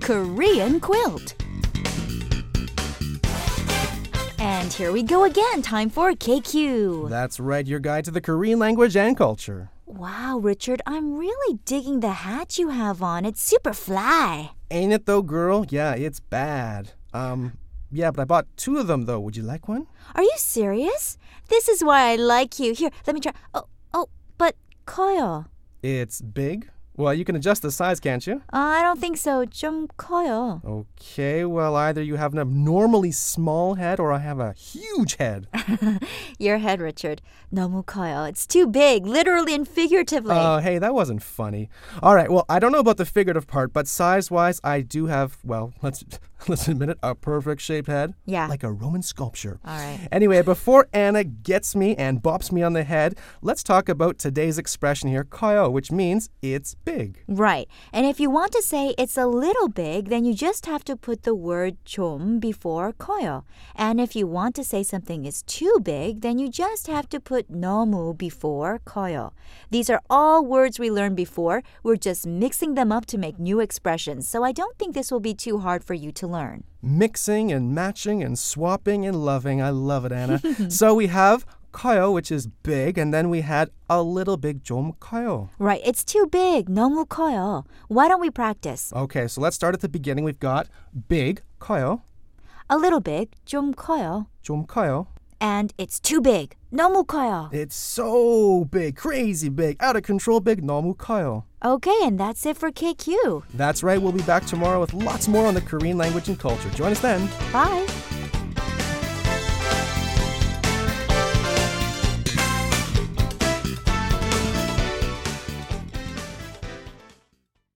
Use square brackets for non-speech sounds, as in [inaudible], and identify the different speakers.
Speaker 1: Korean quilt. And here we go again, time for KQ.
Speaker 2: That's right, your guide to the Korean language and culture.
Speaker 1: Wow, Richard, I'm really digging the hat you have on. It's super fly.
Speaker 2: Ain't it though, girl? Yeah, it's bad. Um, yeah, but I bought two of them though. Would you like one?
Speaker 1: Are you serious? This is why I like you. Here, let me try. Oh, oh, but 커요.
Speaker 2: It's big. Well, you can adjust the size, can't you?
Speaker 1: Uh, I don't think so. 좀 커요.
Speaker 2: Okay, well, either you have an abnormally small head or I have a huge head.
Speaker 1: Your head, Richard. 너무 커요. It's too big, literally and figuratively.
Speaker 2: Uh, hey, that wasn't funny. All right, well, I don't know about the figurative part, but size-wise, I do have, well, let's [laughs] let's admit it, a perfect shaped head.
Speaker 1: Yeah.
Speaker 2: Like a Roman sculpture.
Speaker 1: All right.
Speaker 2: Anyway, before Anna gets me and bops me on the head, let's talk about today's expression here, kayo, which means it's big.
Speaker 1: Right. And if you want to say it's a little big, then you just have to put the word 좀 before 커요. And if you want to say something is too big, then you just have to put 너무 before 커요. These are all words we learned before. We're just mixing them up to make new expressions. So I don't think this will be too hard for you to learn.
Speaker 2: Mixing and matching and swapping and loving. I love it, Anna. so we have kayo, which is big, and then we had a little big 좀 kayo.
Speaker 1: Right. It's too big. 너무 커요. Why don't we practice?
Speaker 2: Okay, so let's start at the beginning. We've got big kayo,
Speaker 1: A little big, 좀 커요.
Speaker 2: 좀 kayo.
Speaker 1: And it's too big. 너무 커요.
Speaker 2: It's so big, crazy big, out of control big, 너무 커요.
Speaker 1: Okay, and that's it for KQ.
Speaker 2: That's right, we'll be back tomorrow with lots more on the Korean language and culture. Join us then.
Speaker 1: Bye.